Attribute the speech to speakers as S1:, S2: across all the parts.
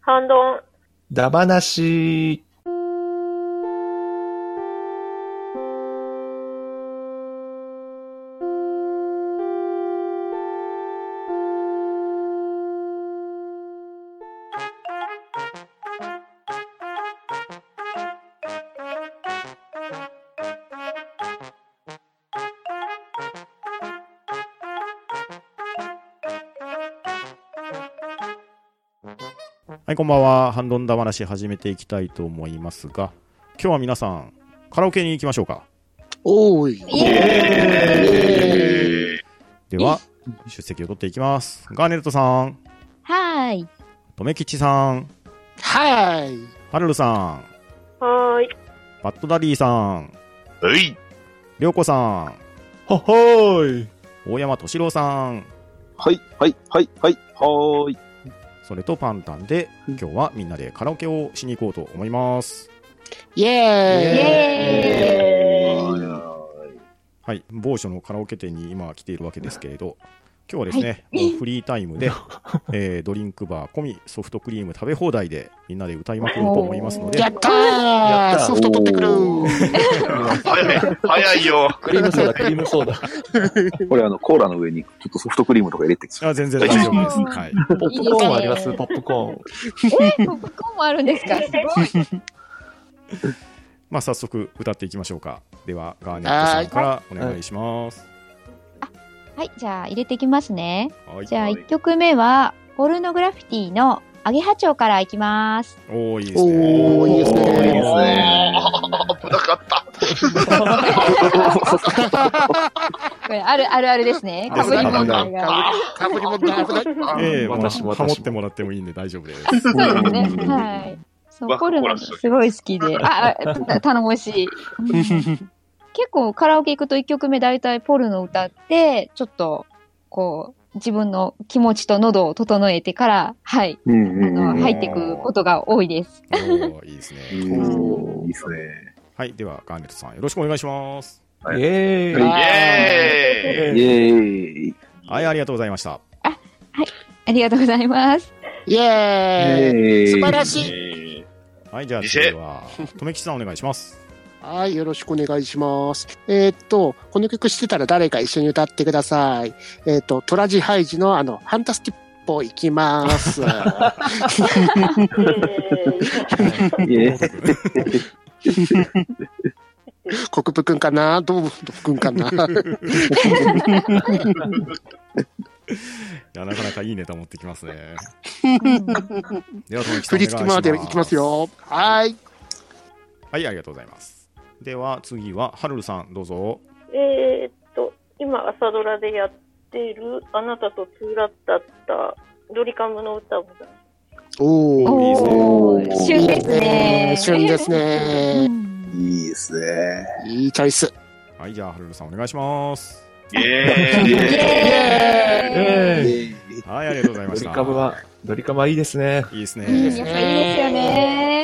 S1: 反論
S2: だばなしはい、こんばんは。ハンドンダ話始めていきたいと思いますが、今日は皆さん、カラオケに行きましょうか。
S3: おーい。
S2: では、出席を取っていきます。ガーネットさん、
S4: はー い。
S2: とめきちさん、
S3: はーい。
S2: ハルルさん、
S1: はー い。
S2: バットダディさん、
S5: はい。
S2: りょうこさ
S6: ははい。
S2: ん、大山敏郎さん、
S7: はい、はい、はい、はい、はーい。
S2: それとパンタンで、今日はみんなでカラオケをしに行こうと思います。
S3: イ
S4: イ
S3: エーイ。
S4: エーイ
S2: はい、某所のカラオケ店に今来ているわけですけれど、今日はですね、もうフリータイ ムで、えードリンクバー込み、ソフトクリーム食べ放題で、みんなで歌いまくろうと思いますので
S3: や、ったーソフト取ってくる
S5: 早い、早いよ。
S6: クリームソーダ、クリームソ ーダ。
S7: これあの、コーラの上にちょっとソフトクリームとか入れてきて。
S2: あ全然大丈夫です。はい。
S6: ポップコーンはありますポップコーン。
S4: えー、ポップコーンもあるんですか すごい。
S2: まあ、早速歌っていきましょうか。では、ガーネットさんからお願いします。
S4: はい、じゃあ入れていきますね。
S2: はい。
S4: じゃあ1曲目は、ポルノグラフィティのアゲハチョウからいきます。
S2: おー、いいですね。
S3: おー、いいです
S7: おーいいで
S3: ね
S7: すね。
S5: 危なかった。
S4: これあるあるあるですね。
S2: で
S4: か
S2: す
S4: ぶり問
S3: か
S4: 題が。
S3: ぶりも危ない。
S2: ええ、もう
S6: 私も私
S2: ハ
S6: も
S2: モってもらってもいいんで大丈夫です。
S4: そうですね。はい。そ
S5: わ
S4: う、
S5: っ
S4: ポルノすごい好きで。あ、あた頼もしい。結構カラオケ行くと1曲目大体ポルノ歌って、ちょっと、こう、自分の気持ちと喉を整えてから、はい、
S7: う
S4: あ
S7: んうんうん。
S4: の、入っていくことが多いです。
S2: おー、いいですね。
S7: おーいいですね。
S2: はい。では、ガーネットさん、よろしくお願いします。
S7: はい
S6: イエーイ。
S5: イエーイ。
S7: イエーイ。
S2: はい、ありがとうございました。
S4: ありがとうございます。
S3: イ
S7: イ
S3: エーイ。
S7: エーイ。
S3: 素晴らしい。
S2: はい、じゃあ、
S5: 見
S2: 次
S5: せ
S2: は、とめきちさんお願いします。
S3: はい、よろしくお願いします。えーっと、この曲してたら誰か一緒に歌ってください。えーっと、トラジハイジのあの、ハンタスティッポいき ます。
S7: イエーイ。
S3: 国分くんかなどうもくんか な
S2: いや、なかなかいいネタ持ってきますね。
S4: は
S2: では、とめきさん、お願いし
S3: 振り付
S2: ま
S3: き
S2: す。
S3: までいきます。よ。はい。
S2: はい、ありがとうございます。では、次は、はるるさん、どうぞ。
S1: えー、っと、今、朝ドラでやってる、あなたとツーラッタッタ、ドリカムの歌も、
S3: おー。
S2: いいですね
S4: おー、旬です
S3: え
S4: ね
S3: ー。旬ですね。
S7: いいですね。
S3: いいチョイス。
S2: はい、じゃあ、はるるさん、お願いします。
S5: イエーイ。
S4: エ
S7: イ
S6: イエ
S7: エ
S6: ーイ。
S7: ーイ。
S2: はい、ありがとうござい
S6: ド
S2: まし
S6: リ
S2: た。
S6: カム は、ドリカムはいいですね。
S2: いいです
S4: ーイ。うんやっぱいいですよ
S2: ね。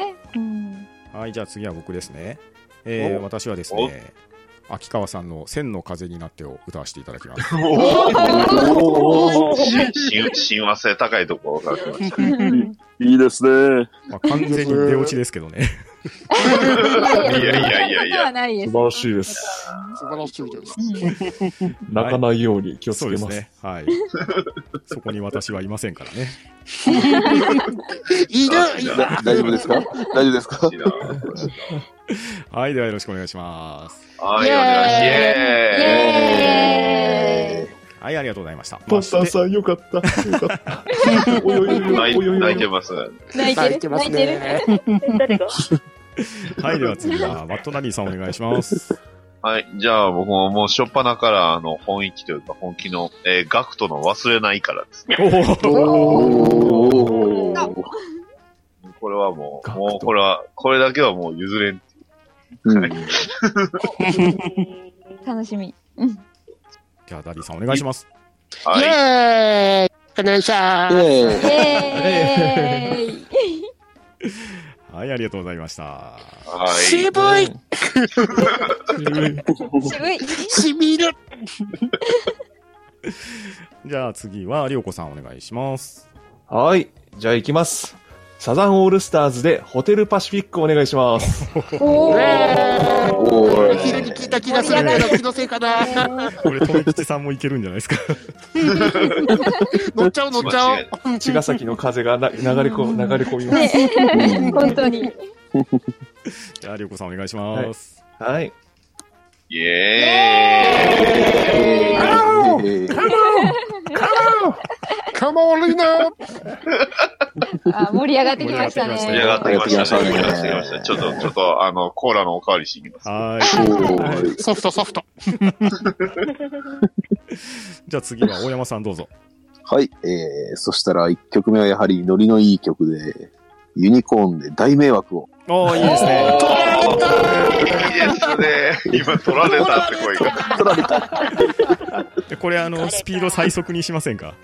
S4: ね。うん
S2: はい、じゃあ、次は僕ですね。えー、
S5: お
S2: 私はですね、秋川さんの千の風になってを歌わせていただきます。
S3: おー。
S5: し親和性高いとこが来ましたね。
S7: いいですね。
S2: まあ、完全に出落ちですけどね。
S5: いやいやいやい
S4: そんなこと
S5: や
S4: はないで
S6: 素
S4: す
S6: 晴らしいです。
S3: 素晴らしいです。
S6: 泣かないように気をつ
S2: そ
S6: け
S2: う
S6: ま。
S2: ですすね。はい。 そこに私はいませんからね。
S3: いる
S7: だ大丈夫ですか大丈夫ですか
S5: いいな
S2: はい、ではよろしくお願いします。
S5: はい、お願いしますイエ
S4: エ
S2: はい、ありがとうございました。
S6: パンタンさん、よかった。よかった。およよ
S5: ーイ。泣
S6: よよ
S5: い
S6: よ
S5: 泣いて
S6: よ。
S5: ます。
S4: 泣いて
S3: 泣い
S4: る
S3: てま
S4: 泣
S3: す
S4: いてる
S3: ね。
S1: え誰が
S2: はい、では次は、マットナリーさんお願いします。
S5: はい、じゃあ僕ももう初っ端からあの本意気というか本気の、えー、ガクトの忘れないからですね。
S2: おお
S7: おー。
S5: これはもう、
S6: ガクト
S5: もうこれは、これだけはもう譲れん。
S7: うん
S4: 楽しみ。うん
S2: じゃあ、ダリーさんお願いします。
S3: イ
S5: はい。
S3: エーイカナンシャー
S7: イエーイ。
S4: エーイ。
S2: はい、ありがとうございました。
S5: はい。
S3: 渋い
S4: 渋い。
S3: しみる
S2: じゃあ次は、りょうこさんお願いします。
S6: はい。じゃあ行きます。サザンオールスターズでホテルパシフィックお願いし ます。
S4: おー。
S3: ね
S7: お
S3: え。
S7: ー
S3: 昼に聞いた気がするけど、気のせいかな。
S2: これ、富吉さんもいけるんじゃないです か。
S3: 乗っちゃおう、乗っちゃおう。
S6: 茅ヶ崎の風がな流れ込流れ込みます。
S4: ね、
S7: うん
S4: 本当に。
S2: じゃあ、りょうこさんお願いします。
S6: はい。
S5: イエ
S7: えー
S3: カモリナ
S4: あ盛り上がってきましたね。
S5: ーイ盛り上がってきましたね。
S7: 盛
S5: 盛り
S7: り
S5: 上
S7: 上
S5: が
S7: がって
S5: っ
S7: て
S5: き
S7: き
S5: ま
S7: ま
S5: し。
S7: したたね
S5: ちょっと、ちょっと、あの、コーラのおかわりしてきます。
S2: は
S7: お
S2: ーい。
S7: ー
S3: ソフト、ソフト。
S2: じゃあ次は大山さんどうぞ。
S7: はい。えー、そしたら1曲目はやはりノリのいい曲で、ユニコーンで大迷惑を。
S2: ああ、いいですね。
S5: いいですね。今、取られたって声が。
S7: 取られた。
S2: でこれ、あの、スピード最速にしませんか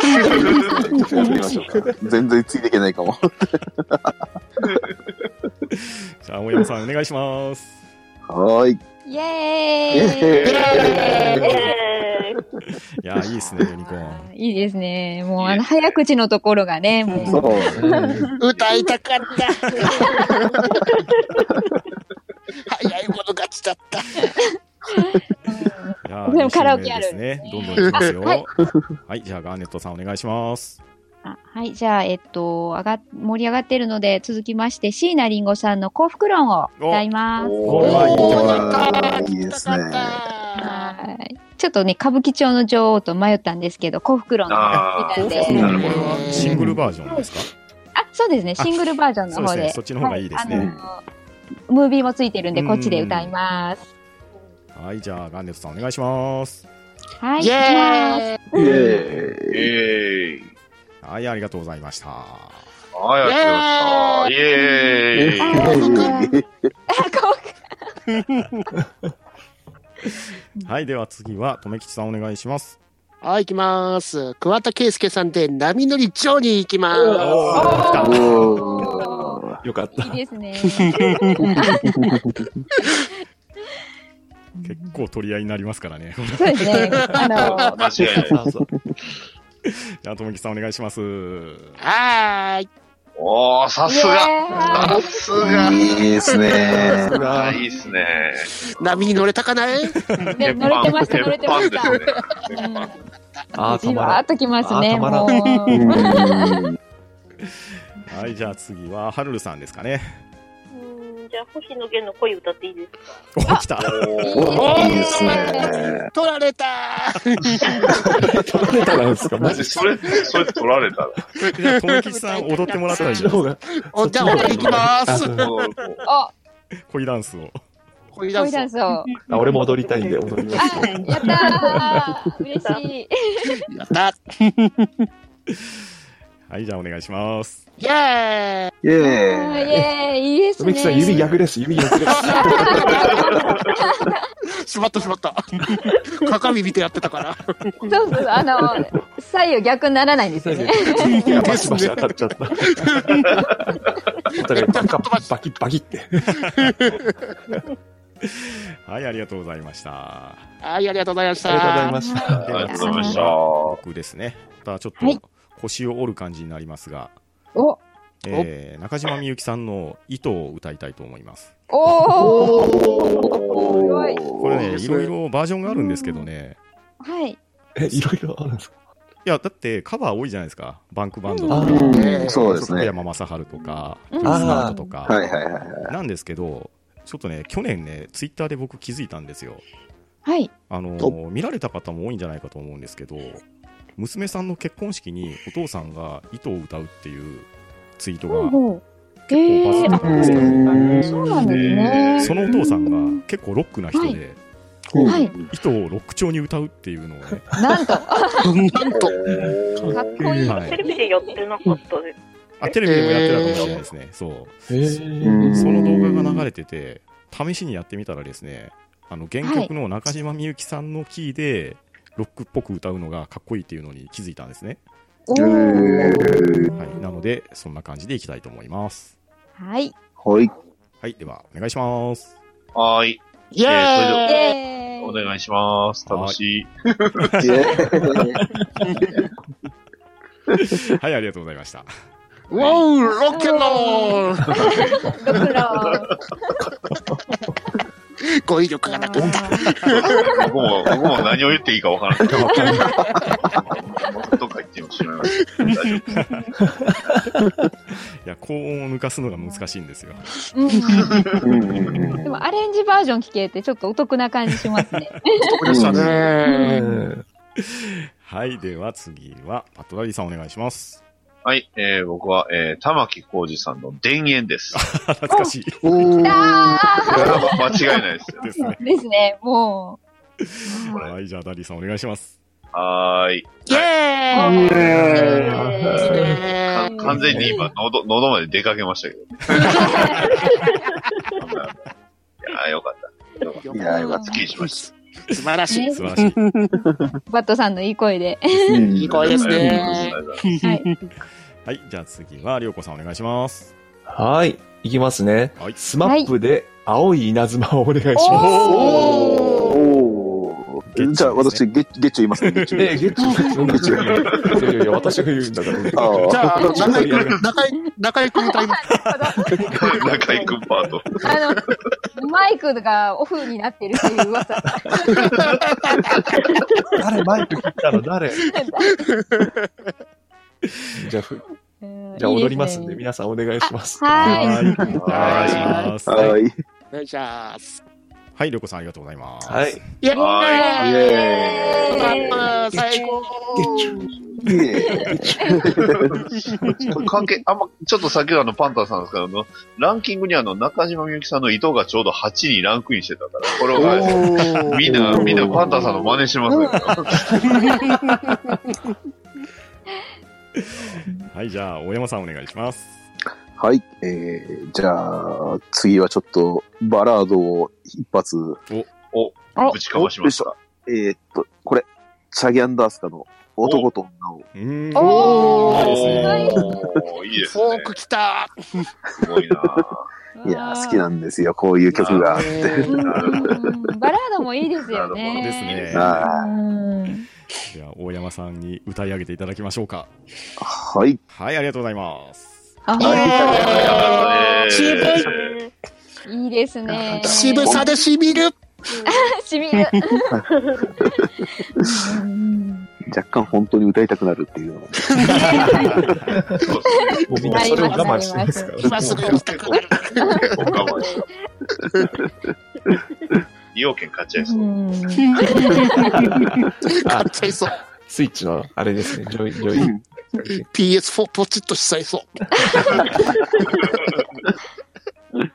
S7: ちょっとやってみましょうか。全然ついていけないかも。
S2: じゃあ、大山さんお願いします。
S7: はーい。
S4: イエ
S7: イ
S4: ーイ
S1: えー
S2: いやー、いいですね、ユニコーン。
S4: いいですね。もう、あの、早口のところがね、も
S7: そ
S4: う。。
S7: う
S3: 歌いたかった。早い者勝ちだった。
S2: いや
S4: でもカラオケある
S2: いいですね。どんどん行きますよ。はい、じゃあ、ガーネットさんお願いします。
S4: あはい、じゃあ、えっと、上が、盛り上がってるので、続きまして、椎名林檎さんの幸福論を歌います。
S2: これはいい
S7: お
S2: 曲
S7: ーいいですね。
S4: はいちょっとね、歌舞伎町の女王と迷ったんですけど、幸福論が好きなんで
S2: 幸。福
S5: な
S2: 論
S5: る
S2: こ
S5: ほ
S2: れ
S5: ど
S2: はシングルバージョンですか
S4: あ、そうですね、シングルバージョンの
S2: そうで
S4: 方
S2: すね、
S4: で。
S2: そっちの方がいいですね。
S4: は
S2: はいい、
S4: あのムービーもついてるんで、こっちで歌います。
S2: じゃあ、ガーネットさんお願いします。
S4: は
S3: イ
S4: い、いきます。
S3: エーイ
S7: イエーイ。
S5: イエーイ。
S2: はい、ありがとうございました。
S5: はい、ありがとうございました。イエーイ。
S2: はい、では次は、とめきちさんお願いします。
S3: はい、行きます。桑田佳祐さんで波乗りジョーニー行きます。
S7: おー
S6: よかっ
S4: いい
S6: た。
S4: ですね。
S2: 結構取り合いになりますからね。
S4: そうですね。あの、
S5: 間違いない。
S6: そうそう
S2: じゃあ、とめきちさんお願いします。
S3: はーい。
S5: おー、さすが。
S4: が
S5: さすが。
S7: いいですね。
S5: あいいっすね。
S3: 波に乗れたかない
S4: ね、乗れてました、乗れてまし
S5: 鉄板
S4: た。
S5: ですね。
S4: うん
S6: あー、た
S4: じ
S6: ま
S4: わー
S6: ら
S4: っときますね、
S6: あーたまらん
S4: もう。
S7: うん
S2: はい、じゃあ次は、はるるさんですかね。
S1: うんじゃあ、星野源の恋歌っていいですか
S2: お、来た。
S7: いいですね。
S3: 取られた
S6: ん。取られたらですか、マ
S5: マ
S6: ジ
S5: ジ、
S6: で。
S5: それ、それ取られた
S2: じゃあ、とめきちさん踊ってもらった
S6: そ
S2: ら
S6: っ
S2: いい
S6: ち
S2: で
S6: の
S2: す
S6: 方
S2: か
S6: が。
S3: おじゃあ、俺行きま
S6: あ
S3: す。
S5: ら。
S6: そう
S5: もう
S4: お、
S2: 恋ダンスを。
S3: これだ
S4: 恋
S3: ぞ
S4: ダンスを。
S6: あ俺も踊りたいんで踊ります。
S4: あ、やったー嬉しい。
S3: やった
S2: はい、じゃあお願いします。
S3: イェーイ
S7: イ
S4: あーイ
S7: エーイ。
S4: エーイ、いいです
S6: 梅
S4: ね。
S6: 木さん、指逆です、指逆です。
S3: しまったしまった。鏡見てやってたから。
S4: そうそう、あの、左右逆にならないんですよね。
S6: やバシバシ当たっちゃった。お互いバカバキバキって。
S2: はい、ありがとうございました。
S3: はい、ありがとうございまし
S6: ありがとうござい
S3: た。
S6: ました。
S5: ありがとうございまし
S2: 次
S5: た。
S2: は
S5: は
S2: 僕ですね。またちょっ
S4: はい
S2: と腰を折る感じになりますが、
S4: お、
S2: えー中島みゆきさんの糸を歌いたいと思います。
S4: おー
S7: おー
S2: これね、
S3: いい
S2: い
S3: ですね
S2: ろいろバージョンがあるんですけどね。
S4: はい。
S6: え、いろいろあるんですか
S2: いや、だってカバー多いじゃないですか。バンクバンドと
S6: あ
S2: か、
S7: うんそうですね。
S2: 山雅治とか、
S4: うん
S2: スナートとか、
S7: はいはいはい。
S2: なんですけど、ちょっとね、去年ね、ツイッターで僕気づいたんですよ。
S4: はい。
S2: あのー見られた方も多いんじゃないかと思うんですけど、娘さんの結婚式にお父さんが糸を歌うっていうツイートが結
S4: お
S2: 構
S4: え
S2: バズ
S4: ー
S2: ってたんですよ。
S4: あ、そうなんですね。
S2: そのお父さんが結構ロックな人で、
S4: はい。
S2: 糸をロック調に歌うっていうのをね、
S4: なんと、かっ
S3: なんと、
S4: こいい。
S2: はい
S1: テレビでやってなかったです。
S2: あテレビでもやってたかもしれないですね、そ
S6: へ
S2: う
S7: ー
S6: ー
S2: その動画が流れてて、試しにやってみたらですね、あの原曲の中島みゆきさんのキーで、ロックっぽく歌うのがかっこいいっていうのに気づいたんですね。
S4: お
S7: え
S4: ー
S7: ー
S2: はい、なので、そんな感じでいきたいと思います。
S4: はい。
S7: はい。
S2: はい、では、お願いします。
S5: ーい。
S3: イェ
S4: イ
S3: ーイ
S4: エ
S5: お
S4: ーイ。
S5: 願いします。楽しい。
S7: イエーイ
S2: はい、ありがとうございました。
S3: ウォーロッケンロール
S4: ドクロ
S3: 語彙力がなくなった。
S5: 僕も、僕も何を言っていいかわから ない。とか言ってもしまいました。大丈夫です
S2: いや、高音を抜かすのが難しいんですよ。
S4: ー。
S7: うんうん
S4: う
S7: う
S4: んん。でもアレンジバージョン聞けてちょっとお得な感じしますね。
S3: 得でしたね。
S6: うん
S2: はい、では次は、パトラリーさんお願いします。
S5: はい、えー、僕は、えー、玉木浩二さんの田園 です。
S2: 懐かしい。
S3: おー。
S4: あ
S5: これは間違いないですよ。
S2: ですね。
S4: ーですね、も
S5: い
S2: はい、じゃあ、ダリーさんお願いします。
S5: はーい。
S3: イ
S4: う。
S3: エーイ
S4: もう
S6: ーイ
S3: いい
S5: か
S3: ね
S5: 完全に今、喉、喉まで出かけましたけど。いやー、よかった。よかっ。
S7: いやーよかった
S5: すっきりしました
S3: 素晴らしい。
S2: 素晴らしい。
S4: バットさんのいい声で。
S7: た。
S3: いい声ですね。
S4: はい。
S2: はい、じゃあ次は、りょうこさんお願いします。
S6: はい。いきますね。
S2: はい
S6: スマップで青い稲妻をお願いします。
S4: おー
S7: おーじゃあ、私、ゲッゲッチョ言いますね、ゲッチョ。
S6: え、ゲッチュゲッチュい やいやいや、私が言うんだから。
S7: あ
S3: じ
S7: あ、
S3: ゃあ、あの、中井くん、中井、中井くん歌い ます。
S5: 中井くんパート。
S4: あの、マイクがオフになってるという噂。
S6: 誰マイク切ったの 誰じゃあ、ふじゃあ踊りますんで、
S4: いい
S6: 皆さんお願いします。
S4: すねは。
S2: はい、お願いします。は、
S7: はいい。
S3: お願いします。
S2: はい、りょうこさんありがとうございます。
S6: はい。
S3: イエーイ
S5: はいい。イ
S3: ス
S5: エ
S3: マ
S5: ー
S3: ッ
S5: イ
S3: プ最高
S7: いえ
S5: 関係、あんま、ちょっと先ほどあの、パンタさんですけど、あのランキングにあの、中島みゆきさんの糸がちょうど8にランクインしてたから、これは、
S3: お
S5: み
S3: ー
S5: んな、みんなパンタさんの真似しますね。
S2: はい、じゃあ、大山さんお願いします。
S7: はい。えー、じゃあ、次はちょっと、バラードを一発。
S5: ぶちかましました。
S7: えーっと、これ、チャギアンダースカの男と女を。
S2: うーん。
S4: お
S2: ー
S5: おーいいです
S3: フォ
S5: ね
S3: ー。ク来た
S5: すごいなぁ
S7: いやー、好きなんですよ、こういう曲が。
S4: うんバラードもいいですよ
S5: な
S4: ね。
S2: ですね。
S7: あ
S4: うん
S2: では、大山さんに歌い上げていただきましょうか。
S7: あ、はい。
S2: はい、ありがとうございます。
S4: あ
S3: イエーイ
S5: え
S3: 渋
S5: ー
S4: いいですね。
S3: い渋 さでしびる
S4: しみる。うん
S7: 若干本当に歌いたくなるっていうのが。
S5: そうですね
S6: もうみんなそれを我慢してますから。
S3: 今すぐ行きたくなる。
S5: 結構我慢した。利用券買っちゃいそうう。
S4: ん
S3: 買っちゃいそう。
S6: スイッチの、あれですね、ジョイ、ジョイ。
S3: PS4 ポチッとしちゃいそう。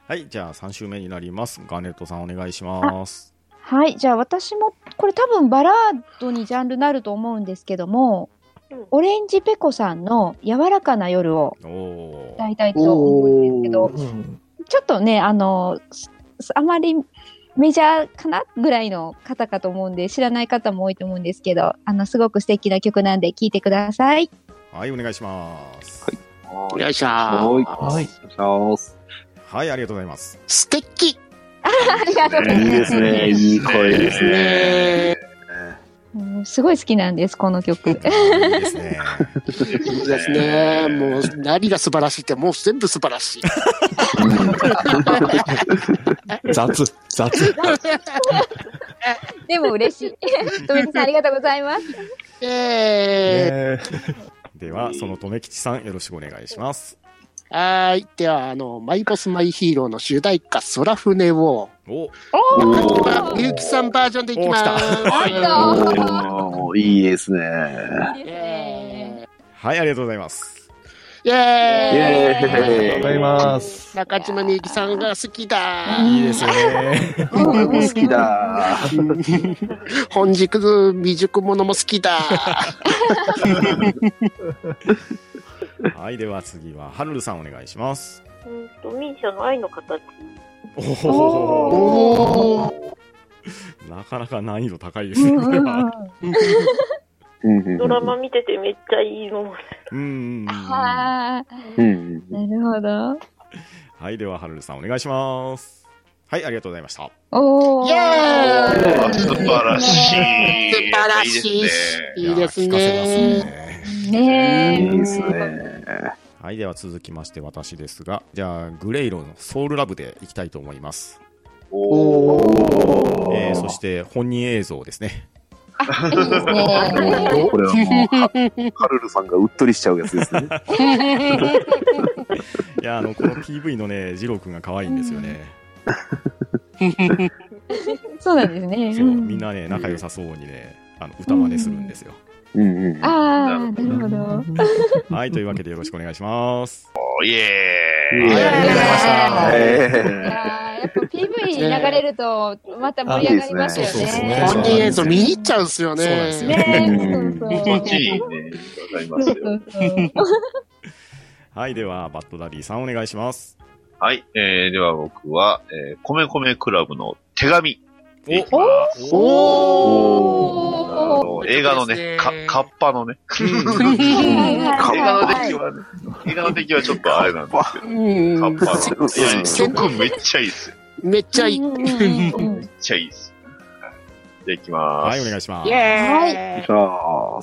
S2: はい、じゃあ3週目になります。ガーネットさんお願いします。
S4: はい、じゃあ私も、これ多分バラードにジャンルなると思うんですけども
S1: うん、
S4: オレンジペコさんの柔らかな夜を
S2: おお
S4: 歌いたいと思うんですけど、
S6: うん
S4: ちょっとね、あの、すすあまりメジャーかなぐらいの方かと思うんで、知らない方も多いと思うんですけど、あの、すごく素敵な曲なんで聴いてください。
S2: はい、お願いします。
S3: お願いしま
S7: はい。
S6: はい。
S2: はい、ありがとうございます。
S3: す。素敵
S4: ありがとうござい
S7: いい
S4: ま。
S7: ですすね。いい声ですね。
S3: ね
S4: うんすごい好きなんです、この曲。
S2: いいですね。
S3: そうですね。もう何が素晴らしいって、もう全部素晴らしい。
S6: 雑、雑。
S4: でも嬉しい。とめきさん、ありがとうございます。
S3: え
S6: え
S2: では、そのとめきちさん、よろしくお願いします。
S3: ー、はーい。では、あの、マイボスマイヒーローの主題歌、空船を、
S2: お
S4: お
S7: お
S4: ー
S3: みゆきさんバージョンでいきます。
S2: お
S4: ー来
S7: おーいいですね。
S4: いいですね
S3: え
S2: はい、ありがとうございます。
S3: ーイエーイ
S7: イ
S6: ー、ありがとうござい
S7: エーイ。
S6: ます。
S3: 中島みゆきさんが好きだ。
S2: いいですよね。
S7: 俺も好きだ。
S3: 本宿未熟者も好きだ。
S2: はい、では次は、はるるさんお願いします。
S1: うんと、ミーシャの愛の形。
S2: お
S4: お
S2: お
S3: おー。
S2: なかなか難易度高いです
S4: う
S2: ね、
S4: ん
S2: こ
S4: う
S2: れ
S4: んう
S2: は。
S4: ん
S1: ドラマ見ててめっちゃいいの も。
S2: うん。は
S4: はー
S7: うん。
S4: い。なるほど。
S2: い、では、はるるさんお願いします。はい、ありがとうございました。
S4: おー。
S3: イエーイ
S5: 素晴らしい。
S3: 素晴らしい
S5: い
S3: し
S5: いですね。
S3: いいです
S2: やー聞かせます
S3: ね。
S2: ね。
S4: ね
S7: い
S4: え。
S7: いですね。
S2: はい、では続きまして私ですが、じゃあ、グレイロのソウルラブでいきたいと思います。
S5: お
S7: お
S2: えーそして、本人映像ですね。
S4: あ、いいですね。
S7: おおこれはもうは、カルルさんがうっとりしちゃうやつですね。
S2: いや、あの、この PV のね、ジロー君が可愛いんですよね。
S4: そうなんですね。
S2: そう、
S4: うん
S2: みんなね、仲良さそうにね、あの、歌真似するんですよ。
S7: うんうん。
S4: ああ、なるほど。
S2: はい、というわけでよろしくお願いします。
S5: ー、イエー
S2: あり
S5: イ
S2: がとうございました。
S4: い
S7: え
S4: やーやっぱ PV 流れると、また盛り上がりますよ
S6: あいいですね
S4: ね。
S3: 本人映像見に行っちゃうんですよね。
S2: そうなんですよ
S4: ねそう
S5: こ
S4: そう
S5: っちにね、わかります
S4: そう
S5: よ。
S4: そうそう。
S2: はい、では、バッドダディさんお願いします。
S5: はい。えー、では僕は、えー、米米クラブの手紙。いきま
S3: おー
S5: すあの映画のね、かカッパのね。 映画の
S4: は
S5: 出来はね、 映画の出来はちょっとあれなんですけど、カッパの。いやいや、曲めっちゃいいっすよ。
S3: めっちゃいい。
S5: めっちゃいいっす。はいじゃあ行きまー
S2: は
S5: す。
S2: い、お願いしま
S3: イ
S2: す。
S3: エーイ
S7: ー、あ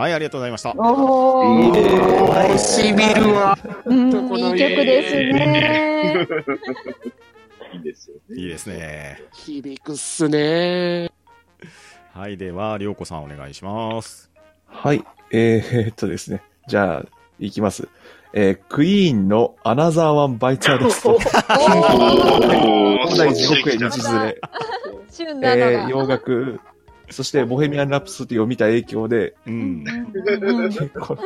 S2: はい、ありがとうございました。
S4: お
S7: いいね
S3: おーしびるわ。
S4: うん、いい曲ですね。
S5: いいですよね。
S2: いいですね。
S3: 響くっすね。
S2: はい、では、りょうこさんお願いします。
S6: はい。えー、えーっとですね。じゃあ、いきます。えー、クイーンのアナザーワンバイターです。
S5: お
S6: 本来地獄へ道連れ。
S4: 旬
S6: え
S4: なの
S6: ー、
S4: が。
S6: 洋楽、そしてボヘミアン・ラプソディを見た影響で、
S2: うん。
S4: うん
S6: 結構、
S2: こ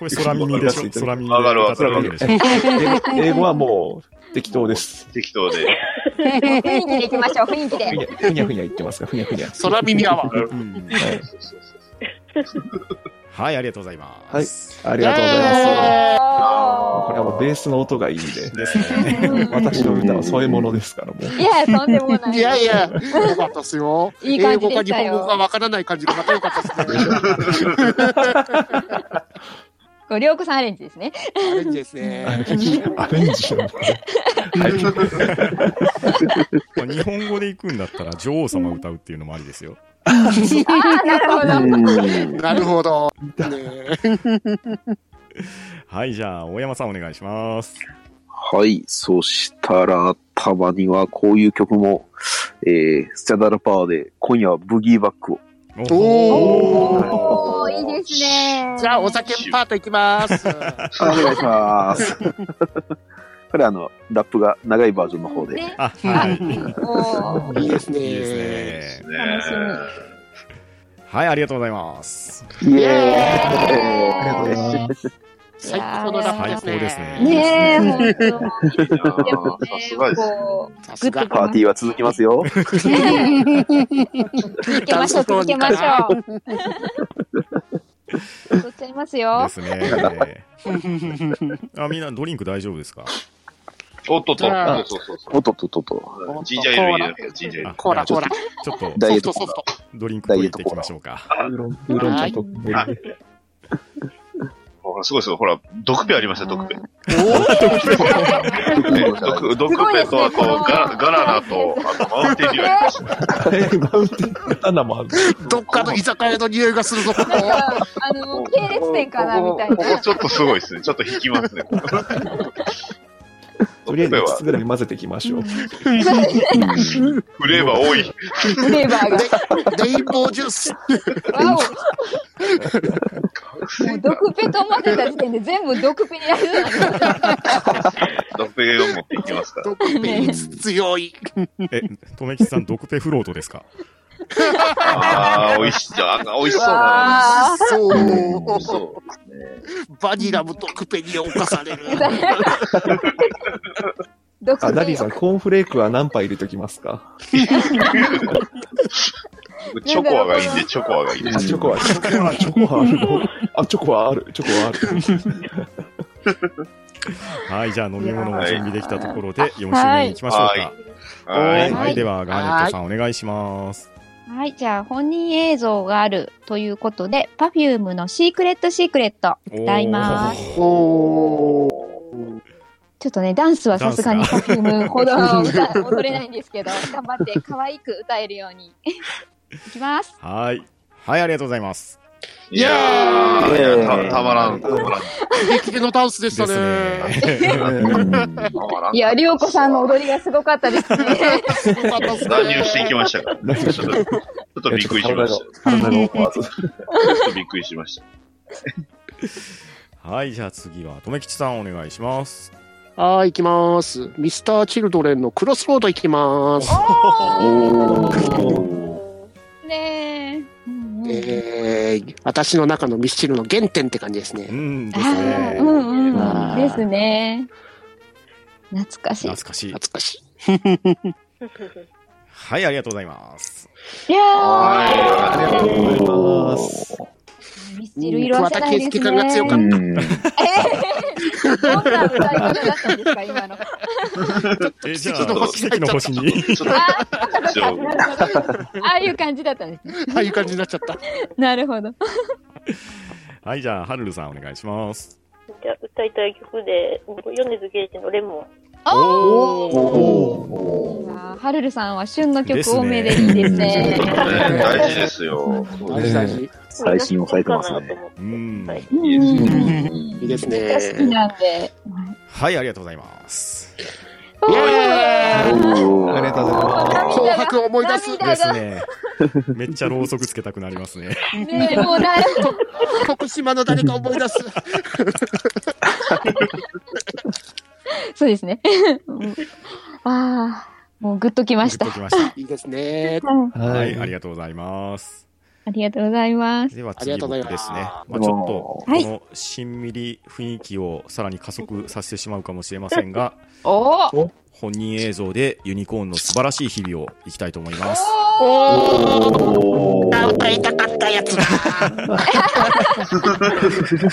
S2: れ、空耳でしょ空耳で
S5: わかるわ
S2: 語ってわけでしょ
S6: えー英語はもう適当です。
S5: 適 当で。
S4: 雰囲気でいきましょう、雰囲気
S6: ふに
S4: で。
S6: ゃふにゃふにゃ言ってますか、ふにゃふにゃ。
S3: 空耳アワー。
S2: うん
S6: はい
S5: そうそうそうそう
S2: はい、ありがとうございます。
S6: ありがとうございます。
S4: お
S6: これはもうベースの音がいいんで、
S2: ですね。
S4: ー
S6: 私の歌はそういうものですから、もう。
S4: いや、とんでもない。
S3: いやいや、よかったっすよ。
S4: いい感じ
S3: 英語
S4: で
S3: か
S4: し
S3: 日
S4: た
S3: 本
S4: よ
S3: 語かわからない感じがまたよかったっすね。
S4: これ、りょうこさんアレンジですね。
S3: アレンジですね。
S6: アレンジを。はい。
S2: まあ日本語で行くんだったら、女王様歌うっていうのもありですよ。
S4: ああ、なるほ
S7: ー
S4: ど。
S7: うん。
S3: なるほど。ね
S2: はい、じゃあ、大山さんお願いします。
S7: はい。そしたら、たまにはこういう曲も、えー、スチャダラパワーで、今夜はブギーバックを。
S3: おー
S4: おー、いいですね。
S3: じゃあ、お酒パートいきます。
S7: あお願いします。これあの、ラップが長いバージョンの方で。
S4: ね
S2: あ、はい。
S4: おー
S3: いいですね。
S2: いいですね。
S5: ね
S4: 楽し
S2: はい、ありがとうございます。
S7: イ
S3: イエ
S7: エ
S6: ありがとうございます。
S3: 最高のラップです
S2: 最高ですね
S3: ね。
S4: ねえ、ほんと。
S5: いいなぁ
S4: ね
S5: さすがです。
S4: こう
S3: さす
S7: ー
S3: が
S7: イ。パーティーは続きますよ。
S4: 続けましょう、続けましょう。取っちゃいますよ
S2: で。すね。あ、みんなドリンク大丈夫ですか
S5: おっとっと
S3: じゃ
S5: そ
S3: あ
S5: うそうそうそ
S7: おっとっとっとっと。
S5: う。ジンジャーエールいいだけど、ジンジャーエー
S2: あ
S5: ル。
S3: コーラ、コーラ。
S2: ちょっと
S7: ダイエ
S3: ソ
S7: ッ
S3: フト、
S7: ト
S3: ソ
S7: コ
S3: フ
S7: ーラ
S3: ト。
S2: ドリンク取りっていきましょうか。
S6: ウーロン、ウーロン茶と森
S5: はい
S6: で。
S5: ほら、すごいすごい。ほら、毒ペありました、毒ペ。毒毒ペと、あと、ガガラナと、あと、マウンテンデューありました。
S6: えマウンテンバナナもある。
S3: どっかの居酒屋の匂いがするぞ。
S4: なんか、あの、系列店かなみたい
S5: ここ
S4: な。
S5: ちょっとすごいですね。ちょっと引きますね。
S6: とりあえず5
S5: は
S6: つぐらい混ぜていきましょう。
S5: フレーバー多い。
S4: フレーバーが。
S3: レインボージュース。
S4: わおもう毒ペと混ぜた時点で全部毒ペになる
S5: 毒ペを持っていきますから。
S3: ドクペイ強い。
S2: え、とめきさん、ドクペフロートですか
S5: ああ、美味しそう。あ美味しそうな。
S4: わ
S3: そう
S5: 美味し。そう。
S3: バニラもドクペに侵される。
S4: 毒
S6: あ、ダディ
S4: ペ
S6: さん、コーンフレークは何杯入れときますか
S5: チョコアがいいんで、チョコアがいいで
S6: あ、チョコは、チョコは、チョコはあるのあ、チョコはある、チョコはある。
S2: はい、じゃあ飲み物も準備できたところで、4周目に行きましょう
S5: はい
S2: か。
S5: は
S2: はい、
S5: い。
S2: はいでは、ガーネットさんお願いします。
S4: はい、じゃあ本人映像があるということで、パフュームのシークレットシークレット歌います。
S3: おー。
S4: ちょっとね、ダンスはさすがに
S2: ダ
S4: パフュームほどは歌踊れないんですけど、頑張 って可愛く歌えるように。いきます。
S2: はい。はい、ありがとうございます。
S5: いやー、
S7: イエ
S5: い
S7: ーイ
S5: やたたまらん、たまらん。
S3: 激流のダンスでしたね。
S2: ですね。
S6: うん
S5: たまらん。
S4: いや、りょうこさんの踊りがすごかったですね。
S3: すごかったですね。
S5: 乱入していきましたから。
S6: 乱
S5: ち
S6: 入
S5: ょっ
S6: して
S5: と、ちょっとびっくりしました。ち
S6: 体が思わず。
S5: ょっとびっくりしました。
S2: はい、じゃあ次は、とめきちさんお願いします。
S3: はい、行きます。ミスターチルドレンのクロスロード行きます。
S4: お
S7: お
S4: ーねえ。うんうん
S3: えー、私の中のミスチルの原点って感じです
S2: う
S3: ね。
S2: んです
S4: あ
S2: ね
S4: ー。うん
S6: あ
S4: うん。
S6: ー
S4: ですね。懐かしい。
S2: 懐かしい。
S3: 懐かしい。
S2: はい、ありがとうございます。
S4: いや
S5: は
S6: ありがとうございます。
S4: ー、ミスチル色褪せないですね。
S3: 桑田佳祐感が強か
S7: う
S3: っ
S4: え
S7: ん。
S4: ーどんな歌い方だったんですか、今の。
S2: え、じゃ
S5: 奇跡の
S2: あ、
S3: 星
S2: 奇跡の星に。
S5: ちょっと、
S4: あ
S5: ちょっと
S4: ああいう感じだったんですね。
S3: ああいう感じになっちゃった。
S4: なるほど。
S2: はい、じゃあ、はるるさんお願いします。
S1: じゃあ歌いたい曲で、僕米津玄師のレモ
S4: いやーはるるさんは旬の曲多めでいいですね。
S5: ね大事ですよ。
S3: 大事大事。
S1: ン。
S7: 最新抑えてます
S1: かなと
S7: ね。
S1: 思って
S2: うん
S1: はい
S4: うんうん
S3: いいです
S4: が好き
S3: ね。
S4: なんで。
S2: はい、ありがとうございます。
S3: イエーイ
S7: おー
S6: ありがとうございます
S3: 紅白を思い出す。
S4: 涙
S2: です
S4: が
S2: ね。めっちゃろうそくつけたくなりますね。
S4: ね、もうな、
S3: 徳島の誰か思い出す。
S4: そうですね。うんああ、もうグッときました。
S2: グッと
S4: は
S2: きました。
S3: いいですね。
S4: い
S2: は、
S6: はい
S2: あり
S6: が
S2: がとうございます。
S4: ありがとうございます。
S2: では
S3: あ
S2: 次
S3: りがとうご
S2: 僕
S3: ざい
S2: で
S3: ます
S2: すね。まあ
S7: どう
S2: ちょっ
S7: も
S2: とこ
S4: はい
S2: のしんみり雰囲気をさらに加速させてしまうかもしれませんが、
S4: おー
S2: 本人映像でユニコーンの素晴らしい日々をいきたいと思います。
S3: おー、
S7: おー
S3: 歌いたかったやつだ。
S2: い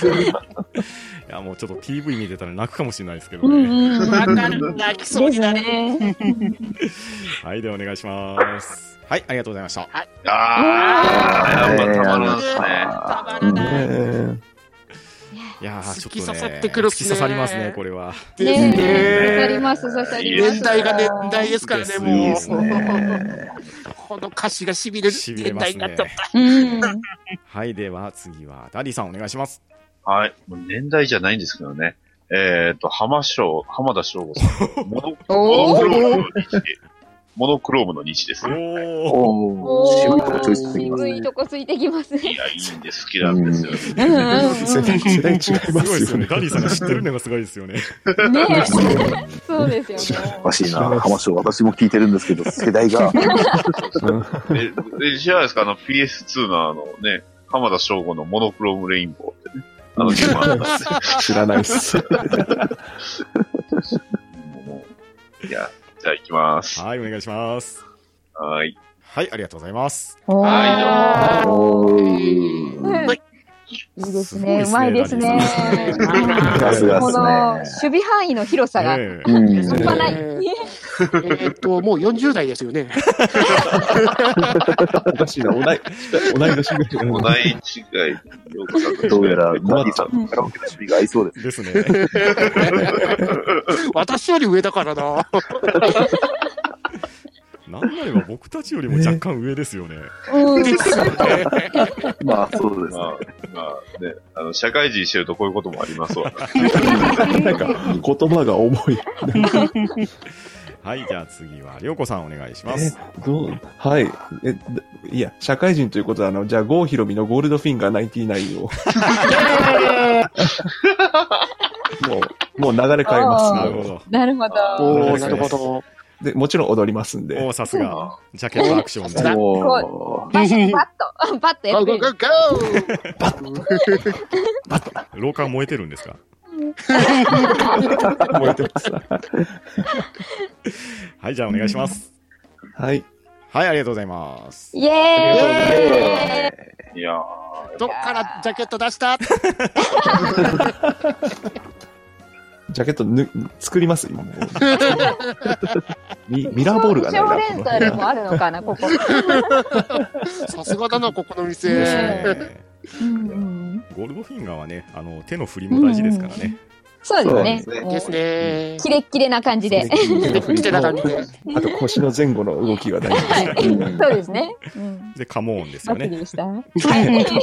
S2: やもうちょっと PV 見てたら泣くかもしれないですけど
S4: うん
S2: ね。
S4: うん。
S3: わかる。泣きそうに
S4: です
S3: なる。
S4: ね。
S2: はい、ではお願いします。はい、ありがとうございました。
S5: あー、やっぱたまらんっすね。
S3: たまらない。
S6: う。
S2: いやー、ちょっとね。
S3: 突き刺さってくるっすね
S2: 突き刺さりますね、これは。
S3: です
S4: ねえ、
S3: ね。
S4: 刺さります、刺さります。
S3: 年代が年代ですからね、
S7: いい
S3: も
S7: ですね
S3: う。。この歌詞がしびれる
S2: しびれ
S3: 年
S2: ます
S3: 代になっ
S2: ね
S3: ちゃっ。た。
S4: うん。
S2: はい、では次はダディさんお願いします。
S5: はい。もう年代じゃないんですけどね。えっ、と、浜翔、浜田翔吾さん。モノモノ
S4: お
S5: ク
S4: ー
S5: ロームの日。モノクロームの日です
S2: お
S5: ね。
S2: ー。
S7: おー渋いとこチョイスできます
S4: 渋いとこついてきます
S5: い
S4: ね。
S5: や、いいんです。好きなんですよ。
S4: うんうん
S6: 世代世代違い
S2: す
S6: ま
S2: ごいです
S6: よ
S2: すよね。
S6: ね。
S2: ダディさんが知ってるのがすごいです よね。
S4: うん。ねえ。 そうですよね
S7: お。かしいな。浜翔、私も聞いてるんですけど、世代が。
S5: え、え知らないですかあの PS2 のあのね、浜田翔吾のモノクロームレインボーってね。あの、今あったん ですよ
S6: 知らないっす。
S5: もういや、じゃあ行きます。
S2: はい、お願いします。
S5: はい。
S2: はい、ありがとうございます。
S4: お
S5: は
S4: ー
S7: お
S4: うん
S7: ー。
S4: いいです
S2: ごい
S4: ね。
S2: ですね
S4: うまいですね。
S2: ダ
S3: ディさん
S7: さすが
S4: この
S7: で
S4: 守
S7: すね。
S4: 備範囲の広さが
S2: ええ
S7: うん。
S4: 半端ない。
S3: えーっと、もう40代ですよね。
S6: おかしいな。同い、同い年ぐらい
S5: お
S6: の。
S5: 題違い、ようこさん
S7: どうやら、
S6: 困
S7: ダ
S6: っ
S7: ディさんのカラオケの趣味が合いそうです。
S2: ですね。
S3: 私より上だから な。
S2: なんなれば僕たちよりも若干上ですよね。
S4: うん。
S3: ですよね。
S7: まあ、そうですね。
S5: まあ、まあね、あの、社会人してるとこういうこともありますわ。
S6: なんか、言葉が重い。
S2: はい、じゃあ次は、りょうこさんお願いします。
S6: どうはい。え、だいや、社会人ということは、あの、じゃあ、郷ひろみのゴールドフィンガー99を。もう、もう流れ変えます
S2: な
S4: あ
S2: るほど。
S4: なるほど。
S3: おー、なるほど。
S6: で、もちろん踊りますん
S2: お
S6: で。
S2: ー、さすが。ジャケットアクションで。
S7: おー。
S4: バッと、バッとや
S3: ゴー
S4: っ
S3: ゴー
S4: てみ
S3: ゴ
S4: る。
S3: ーゴー
S2: 廊下燃えてるんですか
S6: 燃えてます。
S2: はい、じゃあお願いします。
S6: はい。
S2: はい、ありがとうございます。
S4: イエーイ
S5: いやー、
S3: どっからジャケット出した
S6: ジャケットぬ作ります、今もうミミラーボールがないな
S4: 少レンタルもあるのかな、ここ。
S3: さすがだな、ここの
S2: です
S3: 店。
S2: ね
S4: うんうん
S2: ゴールドフィンガーはね、あの、手の振りも大事ですからね。
S4: そうですね。
S6: そうですね
S4: もう
S3: ですね。
S4: キレッキレな感じで。
S3: 来てた感じで。
S6: あと腰の前後の動きが大事
S4: はい。 そうですね。うん。
S2: で、カモーンです
S4: バ
S2: よ
S4: ッチリ
S2: ね。
S4: でした。はい
S6: です。
S4: い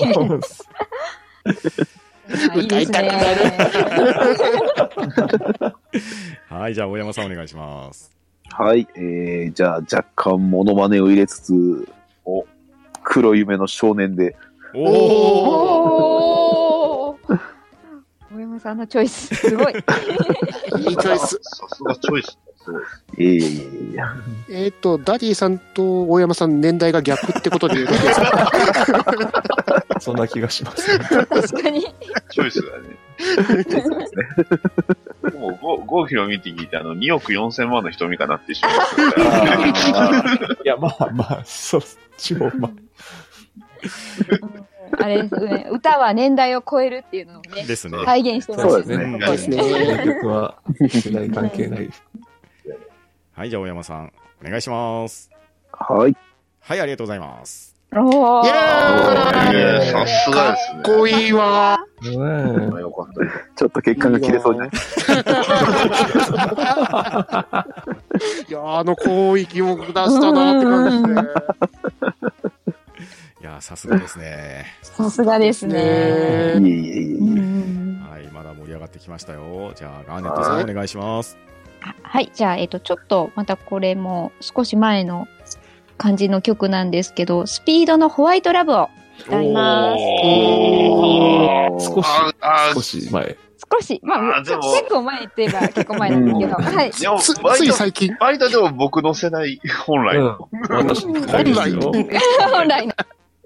S4: いですね。
S2: はい、じゃあ、大山さんお願いします。
S7: はい、えー、じゃあ若干モノマネを入れつつ、お、黒夢の少年で、
S2: おお
S4: おお。大山さんのチョイス、すごい。
S3: いいチョイス。
S5: さすがチョイス。そう
S7: えー、
S3: えっ、と、ダディさんと大山さん年代が逆ってことで言うとど うですか
S6: そんな気がします。
S4: 確かに。
S5: チョイスだね。でもゴ、ゴーヒロミって聞いて、あの、2億4千万の瞳かなってしまいましたから
S6: いや、まあまあ、そっちも、まあ、
S4: あれですね。歌は年代を超えるっていうのをね、
S2: ですね。
S4: 体現してます
S7: そうですね
S4: こ
S3: そ
S4: こ
S3: うで
S4: です
S3: ね。
S6: 曲は世代関係ない。
S2: はい、じゃあ、大山さん、お願いします。
S7: はい、
S2: はい、ありがとうございます。
S4: お
S3: イエ
S4: ー
S5: いや
S3: ーイ
S5: さすがですね。
S3: かっこいいわ。
S6: うん
S5: よかったです。
S7: ちょっと血管が切れそうになっ
S3: いやーあの広域を出したなって 感
S2: いやー、さすがですね。
S4: さすがです
S3: じで。
S4: ね。
S7: て、いえいえいえ
S4: う
S7: いえ。
S4: ん
S2: はい、まだ盛り上がってきましたよ。じゃあ、ガーネットさん、お願いし ます。
S4: はい、じゃあ、えっと、ちょっと、またこれも少し前の感じの曲なんですけど、スピードのホワイトラブを歌います。
S7: おー
S6: 少し、
S5: あー
S6: 少し前。
S4: 少し、ま
S5: あ
S4: あ、
S5: ーで
S4: 結
S5: も
S4: 構前って言えば結構前なんですけど、はい。
S5: でも
S3: つ
S5: 割
S3: つ
S5: と
S3: い最近。
S5: 割とでも僕の世代、本来の。
S6: 私の世代ですよ
S3: 本
S4: 本来の。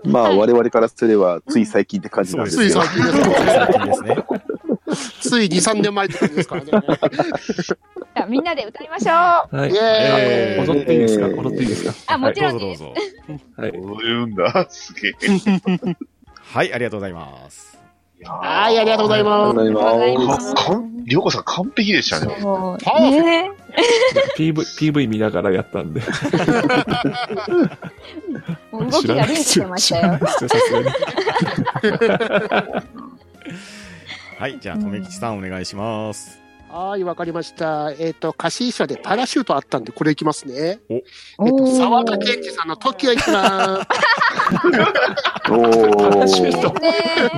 S7: まあ我々からすればつい最近って感じなんです
S3: つい
S7: けど
S3: 最、近ですね。
S2: 最近ですね。
S3: つい2、3年前って感じですからね。
S4: じゃあみんなで歌いましょう。あ、
S6: はい
S3: イ。エ
S2: え
S3: ーイ。
S6: 踊っていいですか
S7: えー
S6: 踊っていいですか
S4: もち
S2: ど
S4: ろ
S2: うんぞど
S4: で
S2: う
S4: す。
S2: ぞ。
S6: はい。はい
S5: そういうんだ。すげえ。
S2: はい、ありがとうございます。
S3: はい、ありがとうござい
S7: あ
S3: ま
S7: りがとうござい
S4: ありがとうござい
S7: ま。
S4: ますす
S5: かんりょうこさん完璧でしたね。
S4: そう
S3: パーフェクト
S4: ね
S6: PV、PV 見ながらやったんで。
S4: もう動きがリンクしてました
S6: 知らない
S4: よ。
S6: ですよさすがに
S2: はい、じゃあ、とめきちさん、お願いします。
S3: す。はい、わかりました。えっ、と、歌詞衣装でパラシュートあったんで、これいきますね。えっ、
S4: お
S3: と、
S4: ー
S3: 沢田健二さんの時はいきま
S7: おー。
S4: ね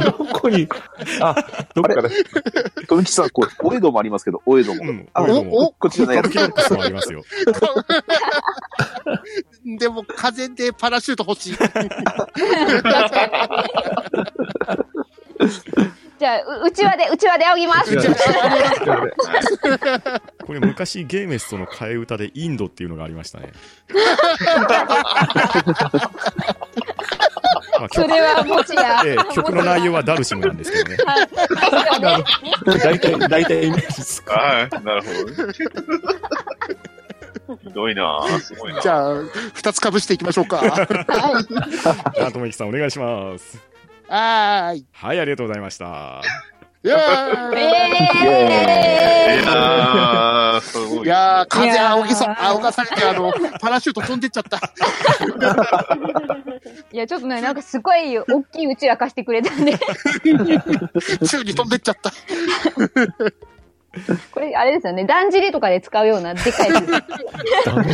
S6: どこに、あ、どっから、
S7: 富木さん、これ、お江戸もありますけど、お江戸
S2: う
S7: も。
S2: ん、
S7: あ
S2: これでも、
S3: お
S7: こっちじゃないやつ。
S2: キロックスもありますよ。
S3: す。 でも、風でパラシュート欲しい。
S4: じゃあ、ううちわで、うちわで仰ぎます。
S6: うちわで
S2: これ、昔、ゲーメスとの替え歌で、インドっていうのがありました ね。まあ、
S4: そ
S2: 曲
S4: れはもちや。
S2: ええ曲の内容はダルシムなんですけどね。
S4: はい。ですよね
S6: 大体、大体イメージつく。
S5: はい、なるほどね。ひどいなぁ。すごいな
S3: じゃあ、2つかぶしていきましょうか。
S4: はい
S2: じゃあ、とめきちさん、お願いします。
S3: はーい。
S2: はい、ありがとうございました。
S3: いやー
S4: え
S5: い
S4: ー
S5: やー、すごい。
S3: いやー、
S4: い
S3: 風
S4: やー
S3: 仰ぎさ、仰がされて、あの、パラシュート飛んでっちゃった。
S4: いや、ちょっとね、なんかすごい大きいうちわ貸してくれたんで、
S3: 宙に飛んでっちゃった。
S4: これ、あれですよね、だんじりとかで使うような、でかいや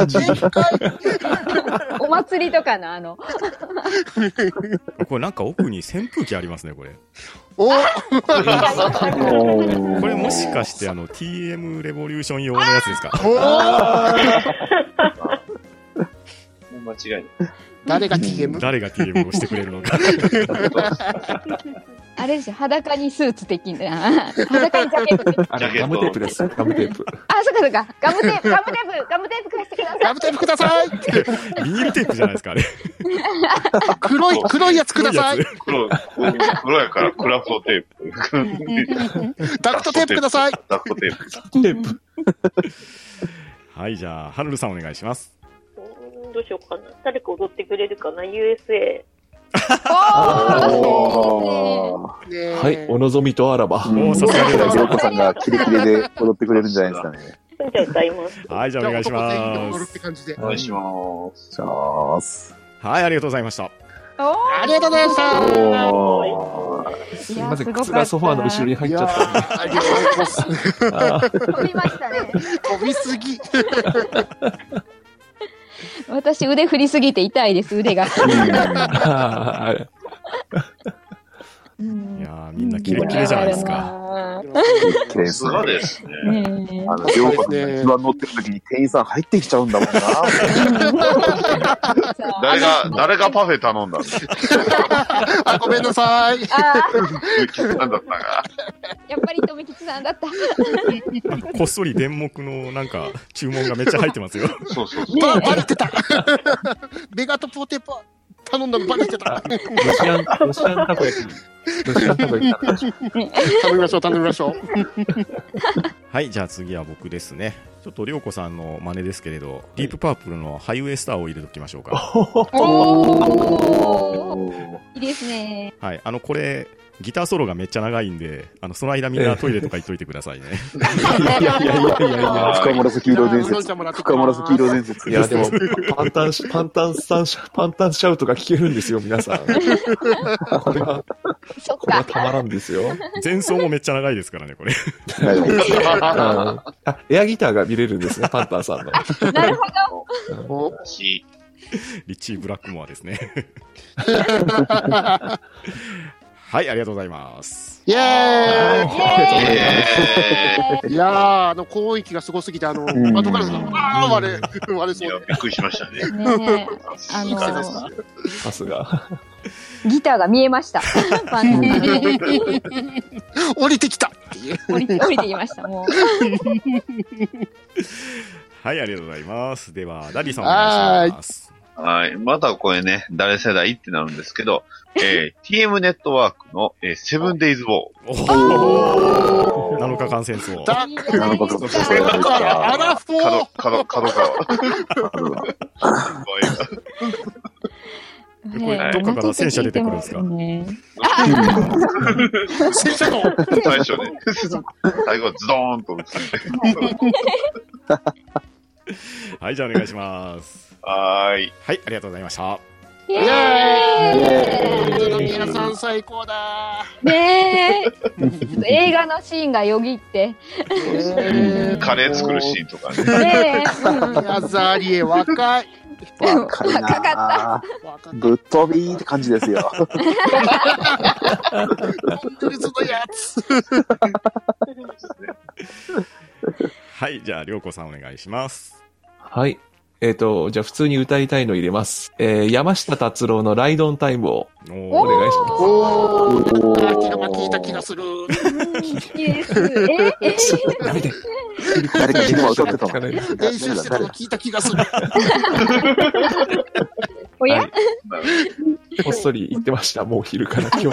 S4: つ、お祭りとかの、あの、
S2: これ、なんか奥に扇風機ありますね、これ。
S3: お
S2: これもしかしてあの TM レボリューション用のやつですか
S5: 間違いない。
S3: 誰が TM?
S2: 誰が TM をしてくれるの か
S4: あれですよ、裸にスーツ的な、裸にジャケット的な、
S6: あれ、ガムテープですよ。ガムテープ。
S4: あ、そっかそっか、ガムテープ、ガムテープ、ガムテープ貸してくださ
S3: ラブテープください
S2: ビニールテープじゃないですかあれ
S3: 黒い、黒いやつください
S2: 黒
S5: 黒、黒やからクラフトテープ。
S3: ダクトテープください
S5: ダクトテープ。
S6: テープ。
S2: はいじゃあハルルさんお願いします
S1: うーんどうしようかな。誰か踊ってくれるかな ?USA。
S4: い。おー、
S7: おー。
S3: ね
S6: はい、お望みとあらば。
S7: うん
S2: おーさすがでございます
S7: ひろこさんがキレキレで踊ってくれるんじゃないですかね。
S1: じゃあ歌います。
S2: はいじゃあお願いします
S3: って感じで。
S5: お願いします。
S7: じゃあ、
S2: はいありがとうございました
S4: お
S3: ありがとうございました
S7: おー
S6: す
S4: い
S6: い
S4: や
S6: ません、
S4: すごかった
S6: 靴がソファーの後ろに入っち
S3: いや
S6: ゃった。
S3: ーありがとうございます。
S6: あー
S4: ー飛びましたね。
S3: 飛びすぎ。
S4: 私腕振りすぎて痛いです、腕が。
S6: あー、
S4: うん
S2: いやーみんなキレキレじゃないですか。
S4: か。
S7: 綺麗で
S5: さ
S7: す
S5: す
S7: ね
S5: がですね。
S4: ね
S7: あの、両方が一番乗ってる時に店員さん入ってきちゃうんだもんな。
S4: えさあ
S5: 誰が、誰がパフェ頼んだんです
S3: あ、ごめんなさい。
S4: あー
S5: なんだったか。
S4: やっぱり富吉さんだった。
S2: こっそり電目のなんか注文がめっちゃ入ってますよ。
S5: そうそうそう。
S3: ば、ばれてた。ベガとポテポ、頼んだのばれてた。
S6: ロシアン、ロシアンたこ焼き。ロシアンたこ焼き食べましょう。
S3: 頼みましょう、頼みましょう。
S2: はい、じゃあ次は僕ですね。ちょっと涼子さんの真似ですけれど、ディープパープルのハイウェイスターを入れときましょうか。
S4: おお。
S7: おー
S4: いいですね。
S2: はい、あの、これ、ギターソロがめっちゃ長いんで、あの、その間みんなトイレとか行っといてくださいね。
S6: いやいやいやいやいや。
S7: 深紫色伝
S3: うどんちゃ
S7: 説。
S3: んもらってきます
S7: 深紫色伝説。
S6: いや、でも、パンタン、パンタンさん、パンタンシャウトが聞けるんですよ、皆 さん。これは、
S4: そっ
S6: これは
S4: か。
S6: たまらんですよ。
S2: 前奏もめっちゃ長いですからね、これ。
S7: はいはい
S6: あ、エアギターが見れるんですね、パンタンさんの。
S4: なるほ
S3: お
S5: し
S2: リッチー・ブラックモアですね。はい、ありがとうございます。
S3: イェー
S4: ど。ね
S5: え
S3: イいやー、あの、広域がすごすぎて、あの、
S7: ん
S3: 後からさ、あー、割れ、割れ
S5: ーい
S3: そ
S5: や
S3: う。
S5: びっくりしましたね。
S4: ねあ
S3: いい感じです
S4: の
S3: か、
S6: さすが。
S4: ギターが見えました。パンダに
S3: 降りてきたっていう。
S4: 降りて降りてきました。もう。
S2: はい、ありがとうございます。では、ダディさんお願いします。
S5: はい。またこれね、誰世代ってなるんですけど、えー TM ネットワークの、えーセブンデイズ・ウォー。
S2: おお !7 日間戦争。
S3: だ
S4: いいじゃないです
S7: なるほど
S3: だ
S4: か。
S3: から、アラフォ
S5: カ
S3: ー
S5: ド、カド、カド川。
S2: これどっかから戦車出てくるんですか
S4: ね
S3: 戦車の
S5: 最初ね。最後、ズドーンと打つんで。
S2: はい、じゃあお願いします。
S5: はーい。
S2: はい、ありがとうございました。
S4: イ
S3: イエ
S4: エ
S3: ーイ
S4: ーイ
S3: 皆さん最高だ
S4: ねえ。ちょっと映画のシーンがよぎって。
S3: ー
S5: カレー作るシーンとかね。
S4: ねえ。うん
S3: 宮沢りえ若い
S7: 若いな
S4: かか
S3: 若
S7: ぶっ飛びって感じですよ。
S3: いそのやつ
S2: はい、じゃあ、りょうこさんお願いします。
S6: はい。えっ、と、じゃあ普通に歌いたいの入れます。えー、山下達郎のライドンタイムを
S2: お
S6: お
S2: ー
S6: 願いします。
S3: お
S7: お
S3: お
S7: ー
S3: キラが聞いた気がする
S4: いいです。ええ
S6: やめて。
S7: 誰か昨日は歌ってた
S6: 聞かないで
S7: の
S6: す
S3: 練習してたの聞いた気がする
S4: おや、
S6: こっそり言ってました、もう昼から今日。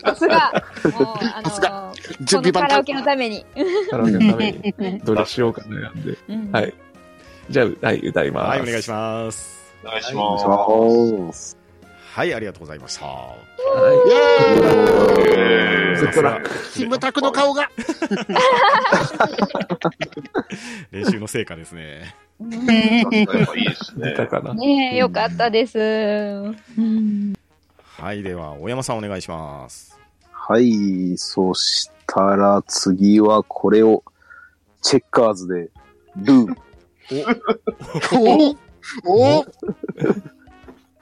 S4: さすが。もう、あ
S3: さす
S4: のー、
S3: 準備
S4: こ
S3: 万
S4: のカラオ
S3: 端
S4: ケのために。
S6: カラオケのために、どれしようか悩んで。
S4: うん
S6: はいじゃあ、はい、歌います。
S2: はい、お願いします。
S5: お願いし
S7: お
S5: ま
S7: 願いします。
S2: はい、ありがとうございました。
S6: は
S3: イエーイ
S5: す。
S2: さす
S5: えー
S2: が
S7: トラ
S3: キムタクの顔が
S2: 練習の成果ですね。
S5: やっぱいいです
S6: い。
S5: ね。
S6: 歌かな。
S4: ねえ、よかったです。うん
S2: はい、では、大山さんお願いします。
S7: はい、そしたら次はこれを、チェッカーズで、ル ー。
S3: おーおー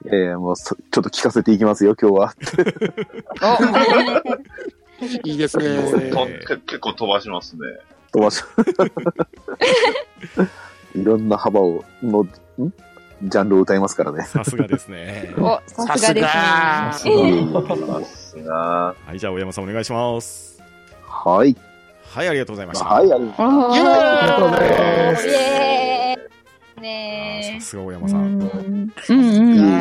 S7: えー、もうそ、ちょっと聞かせていきますよ、今日 は。
S3: いいですね
S5: とけ結構飛ばしますね。
S7: 飛 ばしいろんな幅を、の、んジャンルを歌いますからね。
S2: さすがですね。
S4: お、さすがですね。
S3: さす
S5: さすが。
S2: はい、じゃあ、大山さんお願いします。
S7: はい。
S2: はい、ありがとうございました。
S7: はい、ありがとう
S4: おー
S3: イエーイ
S4: イエーイ
S2: あーさ
S4: ね
S2: すが大
S4: え。
S2: 山
S4: う
S2: さん。
S4: んうんうん。
S5: う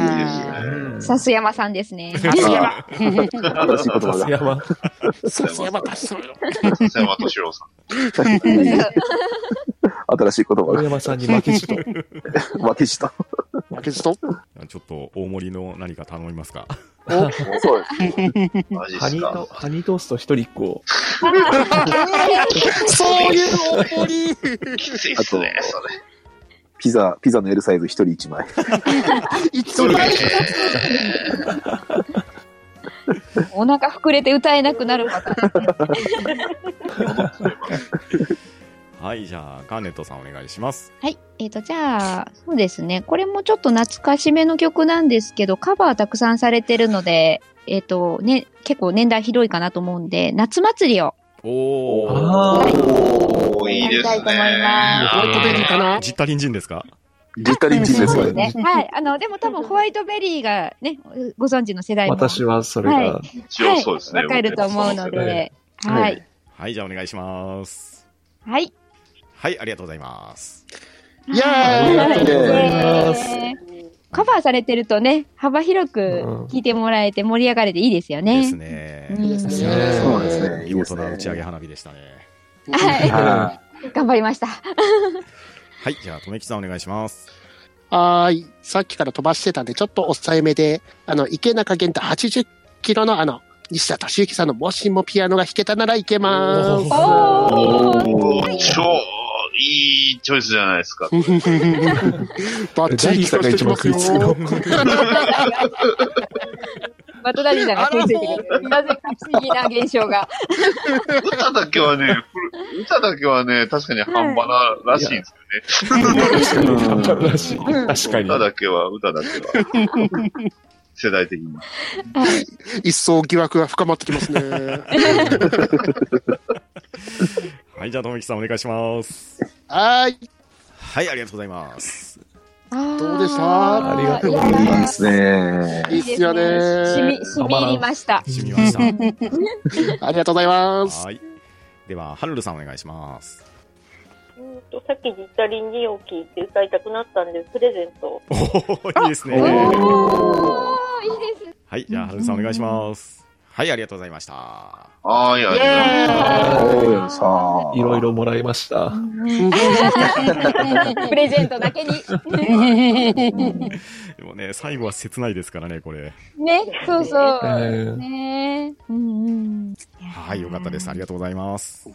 S5: ん
S4: さすやまさんで すね。
S3: さすが
S7: 新しい言葉
S6: 笹
S7: が。
S6: 山。
S3: さすがまたそうよ
S5: 笹山敏郎さん。
S7: 新しい言葉
S6: 大
S7: が。
S6: 山さんに負けじと。
S7: 負けじと。
S3: 負けじと
S2: ちょっと、大盛りの何か頼みますか。
S7: そうです。
S5: マジっ
S6: ハニ
S5: す
S6: ート
S5: か。
S6: ハニートースト一人っ子。
S3: そういうおもり
S5: きついっすね、それ。
S7: ピザ、ピザの L サイズ一人一 枚。
S3: 一枚
S4: お腹膨れて歌えなくなるパターンね。
S2: はい、じゃあ、ガーネットさんお願いします。
S4: はい。えっ、と、じゃあ、そうですね。これもちょっと懐かしめの曲なんですけど、カバーたくさんされてるので、えっ、と、ね、結構年代広いかなと思うんで、夏祭りを。
S2: おー。
S6: あ
S5: おーいい
S4: やり
S5: ですね。
S4: たいと思います
S3: ホワイトベリーかな
S2: ジッタリンジンですか
S7: 実家リンチです
S4: そう
S7: よ
S4: ですね。
S7: ね。
S4: はい。あの、でも多分ホワイトベリーがね、ご存知の世代も。
S6: 私はそれが、
S5: 一応そうですね。
S4: わかると思うので。
S6: は
S4: はいい。
S2: はい、じゃあお願いします。
S4: はい。
S2: はい、ありがとうございます。
S3: イェ
S7: ありがとうござ
S6: います
S4: ねカバーされてるとね、幅広く聴いてもらえて盛り上がれていいですよ
S2: です
S4: ね。
S2: ね。
S3: ーイですね。
S7: そうなんですね。い
S2: 見
S7: いです
S2: 事
S7: ね
S2: な打ち上げ花火でしたね。
S6: は
S4: 頑張りました。
S2: はい、じゃあ、とめきさんお願いします。
S3: はーい。さっきから飛ばしてたんで、ちょっと抑えめで、あの、池中玄太80キロのあの、西田敏行さんのもしもピアノが弾けたならいけま
S2: お
S3: ー
S2: ー
S3: す。
S4: おー
S5: おー超いいチョイスじゃないですか。
S3: バッチリ聞かせてきますよ
S6: ジャニーさんが一番食いつ
S4: バトダディさんが食いついてくる。なぜか不思議な現象が。
S5: 歌だけはね、ふる歌だけはね、確かに半端ならしいんですよね。
S6: 確かに。
S5: 歌だけは、歌だけ は。世代的に。
S3: 一層疑惑が深まってきますね。
S2: はい、じゃあ、とめきさんお願いします。
S3: はーい。
S2: はい、ありがとうござい ます。
S3: どうでした
S6: ありがとうござい
S7: いい
S6: ま
S7: ですね。
S3: いいっすよね
S4: しみ、しみ入りました。
S2: しみました。
S3: ありがとうございます。
S2: はい。では、はるるさんお願いします。
S1: うんとさっき実ったリンジンを聞いて歌いたくなったんで、プレゼント。
S2: おーいいです
S4: お
S2: ね。
S4: ーいいですね。
S2: はい、じゃあ、はるるさんお願いします。はい、ありがとうございました。
S5: ああ、いや、いや
S7: おーさあ。
S6: いろいろもらいました。
S4: プレゼントだけに。
S2: でもね、最後は切ないですからね、これ。
S4: ね、そうそう。
S6: えー
S4: ねうんうん。
S2: はい、よかったです。ありがとうございます。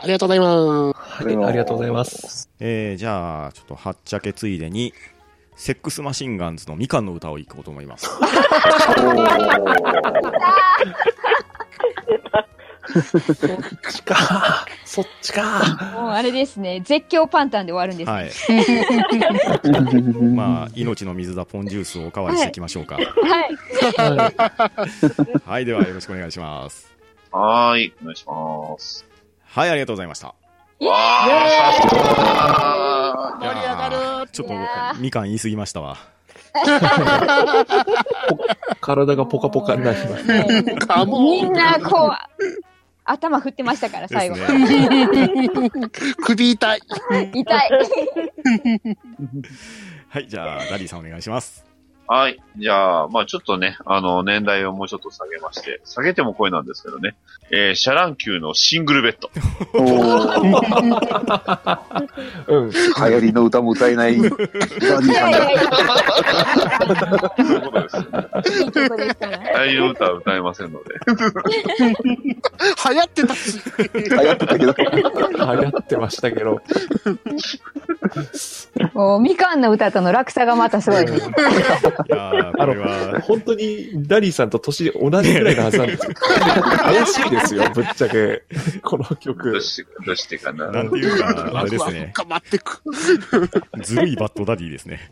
S3: ありがとうございます。
S6: はいありがとうございます。
S2: えー、じゃあ、ちょっと、はっちゃけついでに、セックスマシンガンズのみかんの歌をいこうと思います。
S6: そっちか。そっちか。
S4: もうあれですね、絶叫パンタンで終わるんです。
S2: はい。まあ、命の水だポンジュースをおかわりしていきましょうか。
S4: はい。
S6: は
S2: はい、では、よろしくお願いします。
S5: はーい、お願いします。
S2: はい、ありがとうございました。
S5: わあ、
S2: いやー
S3: 盛り上がる
S2: ちょっ
S4: いや
S2: と、みかん言い過ぎましたわ。
S6: い体がポカポカになります。
S4: ね
S3: カモ
S4: みん
S3: ン
S4: な、こう、頭振ってましたから、最後。
S2: ですね。
S3: 首痛い。
S4: 痛い。
S2: はい、じゃあ、ダディさんお願いします。
S5: はい。じゃあ、まあちょっとね、あの、年代をもうちょっと下げまして、下げても声なんですけどね、えー、シャランキューのシングルベッド。
S7: おー
S6: うん。
S7: 流行りの歌も歌えない。ダディ
S4: いや
S7: さん
S4: いや
S7: が
S4: いや、
S5: そういうことです。
S4: いい曲ですから。
S5: 大の歌は歌えませんので。
S3: 流行ってたし。
S7: 流行ってたけ
S6: 流
S7: ど。
S6: 行ってましたけど。
S4: もうみかんの歌との落差がまたすごいです。
S2: いやーこ
S6: あ
S2: れ
S6: の、
S2: は、
S6: 本当にダリーさんと年同じくらいのはずなんですよ。 怪しいですよ、ぶっちゃけ。この
S5: ど
S6: 曲
S5: う。して、どうしてか な。
S2: なんていうか、あれですね。
S3: 頑張ってく。
S2: ずるいバッドダディですね。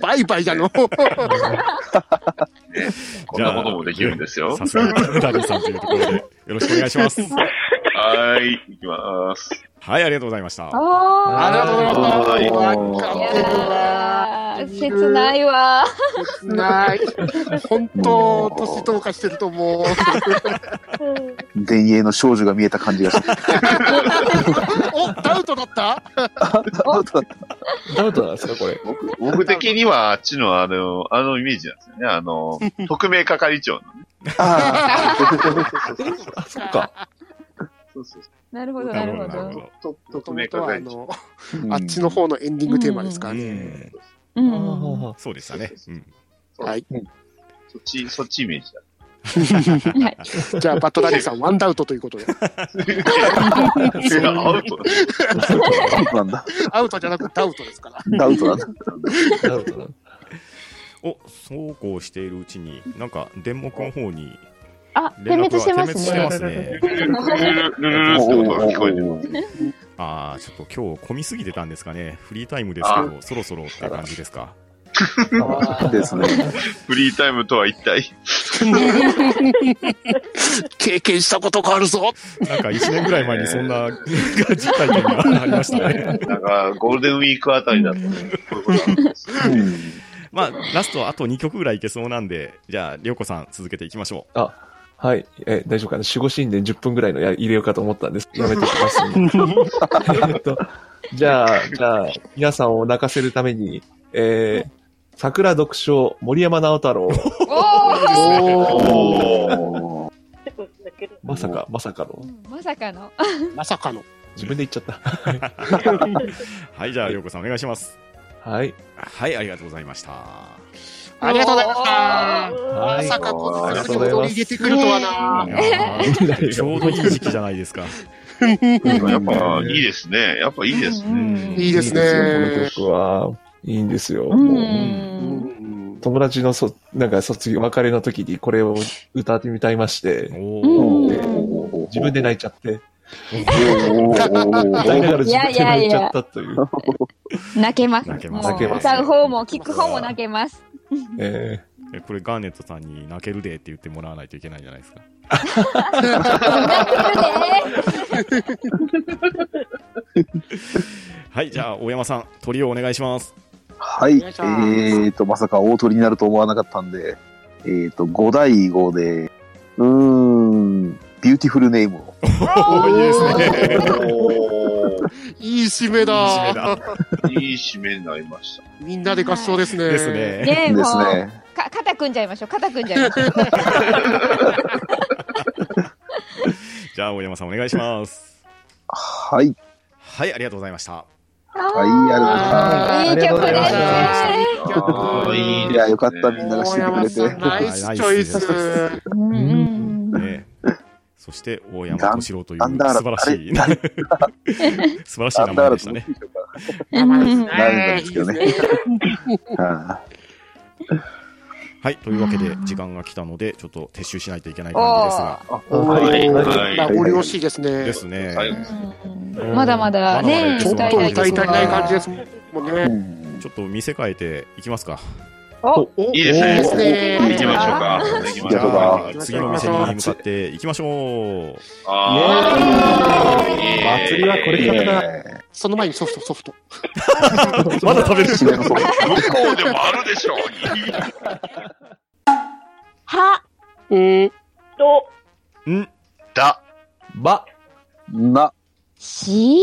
S3: バイバイだの。
S5: こんなこともできるんですよ
S2: さ。すがダディさんというところで、よろしくお願いし ます。
S5: はーい、いきまーす。
S2: はい、ありがとうございました。
S4: おー。
S3: ありがとうございます。
S5: は
S3: 頑
S5: い
S3: 張っ
S4: い
S3: てるわ。
S4: やー切ないわ。
S3: ない。 本当、年どうかしてると思う。
S1: うん
S7: 田園の少女が見えた感じがした。
S3: お、ダウトだった
S6: ダウトなんですか、これ。
S5: 僕僕的にはあっちのあの、あのイメージなんですよね。あの、特命係長の。
S7: あ
S6: あ、そっか。
S5: そうそうそ
S4: なるほど、なるほど。
S5: うと特
S3: 元
S5: 命
S3: 々はあ
S5: 係長。
S3: の、
S7: ー
S3: あっちの。方のエンディングテーマですから
S2: う
S3: ね。
S6: あ
S2: ん
S4: うん。
S6: ー
S2: そうでしたね。うん
S5: うん
S3: はい。
S5: そっち、そっちイメージだ。
S4: はい。
S3: じゃあ、バットダディさん、ワンダウトということで。
S5: いやアウトだ
S7: なんだ。
S3: アウトじゃなくダウトですから。
S7: ダウトなんだ。
S6: なるほどな。
S2: おそうこうしているうちに、なんか、電目の方に
S4: あ、
S2: 連
S4: 点
S2: 絡
S4: 滅
S2: が
S4: してま
S2: 点
S4: す
S2: 滅してま
S4: ね。
S2: すね。
S5: ルルルルルって
S7: お
S5: 音
S7: ー
S5: が聞こえてる。
S7: おー
S2: ああ、ちょっと今日混みすぎてたんですかね。フリータイムですけど、そろそろって感じですか。
S7: ですね。
S5: フリータイムとは一体。
S3: 経験したことがあるぞ。
S2: なんか1年ぐらい前にそんな 実体験がありましたね。
S5: なんか、ゴールデンウィークあたりだとね、こういうことなんですよ
S7: うん
S2: まあ、ラストあと2曲ぐらいいけそうなんで、じゃあ、りょうこさん続けていきましょ
S6: はい。え、大丈夫かな守護神殿10分ぐらいのや入れようかと思ったん です。やめておきますんで。えっと、じゃあ、じゃあ、皆さんを泣かせるために、えー、桜読書、森山直太郎。
S4: おー
S7: おー
S6: まさか、まさかの
S4: う。んまさかの。
S3: まさかの。
S6: 自分で言っちゃった。
S2: う。はい、じゃあ、りょうこさんお願いします。
S6: はい。
S2: はい、ありがとうございました。
S3: ありがとうございました。
S6: は
S3: ま
S6: い
S3: さかこんな
S6: ありがと
S3: 先
S6: うござい
S3: ほ
S6: ま
S3: ど
S6: す
S3: 入れてくるとはな。
S2: いや ーちょうどいい時期じゃないですか。
S5: やっぱ、いいですね。やっぱいいですね。
S2: うん
S3: いいですね
S6: いいですよこの曲は。いいんですよ。
S4: うん
S6: もう友達のそ、なんか卒業、別れの時にこれを歌ってみたいまして、
S2: お
S4: う
S2: ー
S4: ん
S6: 自分で泣いちゃって、
S7: おー
S6: 歌いながら自分で泣いちゃったと いう。
S4: 泣けます。
S2: 泣けます
S4: もう
S6: 泣けます
S4: 歌う方も聞く方も泣けます。
S6: え
S2: えこれ、ガーネットさんに泣けるでって言ってもらわないといけないじゃないですか。
S4: 泣けるで
S2: はい、じゃあ、大山さん、鳥をお願いします。
S7: はい。えーと、まさか大鳥になると思わなかったんで、えーと、5対5で、うーん、ビューティフルネームを。
S2: おいいですね。
S5: おー
S3: いい締め
S2: いい締め
S3: だ。
S2: だ
S5: いい締めになりました。
S3: みんなで合唱ですね。
S2: です。ね。
S4: ねえ、
S7: で
S4: も
S7: す
S4: う、
S7: ね。
S4: か肩組んじゃいましょう。肩組んじゃいましょう。
S2: じゃあ、大山さんお願いします。
S7: はい。
S2: はい、ありがとうございました。
S7: はい、ありがとうございます。
S3: あ
S4: い
S3: ー
S4: い曲
S6: ありがとうございました
S4: ですね。
S7: い
S5: あーいいですね
S7: や、よかった、みんなが知
S3: 大
S7: っ
S3: 山
S7: てく
S3: さ
S7: れ
S3: ん、
S7: て。
S3: ナイスチョイス。
S4: うんうんうん
S2: ね、そして、大山敏郎という
S7: な
S2: 素
S7: んだ
S2: 晴らしい、 素晴らしい
S7: あ
S2: 名
S7: んだ
S2: 前
S7: ら
S2: でし
S7: と
S2: た
S7: 思っ
S2: ね
S7: て。いいで
S4: う
S7: しょうか。
S4: ん
S7: なるんですけどね。は
S2: はい、というわけで、時間が来たので、ちょっと撤収しないといけない感じですが。
S7: い
S5: はい
S3: はい。名残惜しいです
S2: で
S3: ね。
S2: すね。
S5: はい
S6: ー
S4: まだまだ
S2: まだまだい
S4: ね、
S2: けそ
S3: 歌
S2: う
S3: い足りない感じですもん
S7: う
S3: ね。
S7: ん
S2: ちょっと見せ替えていきますか。
S4: お
S3: お
S5: いいですね
S3: いいですね
S5: 行きましょうか。行き
S7: じ
S5: まし
S7: ゃあ
S5: ょ
S7: ど
S5: うか
S7: う。
S2: 次の店に向かっていきましょう。
S5: あー
S6: イエーイ
S5: イエーイ
S6: 祭りはこれからだ
S3: その前にソフト、ソフト。
S2: まだ食べる
S7: 締めのそう。
S5: 向こうでもあるでしょう。
S1: は、
S3: うん。
S1: と、
S2: ん
S5: だ。
S6: ば、
S7: な、
S4: しー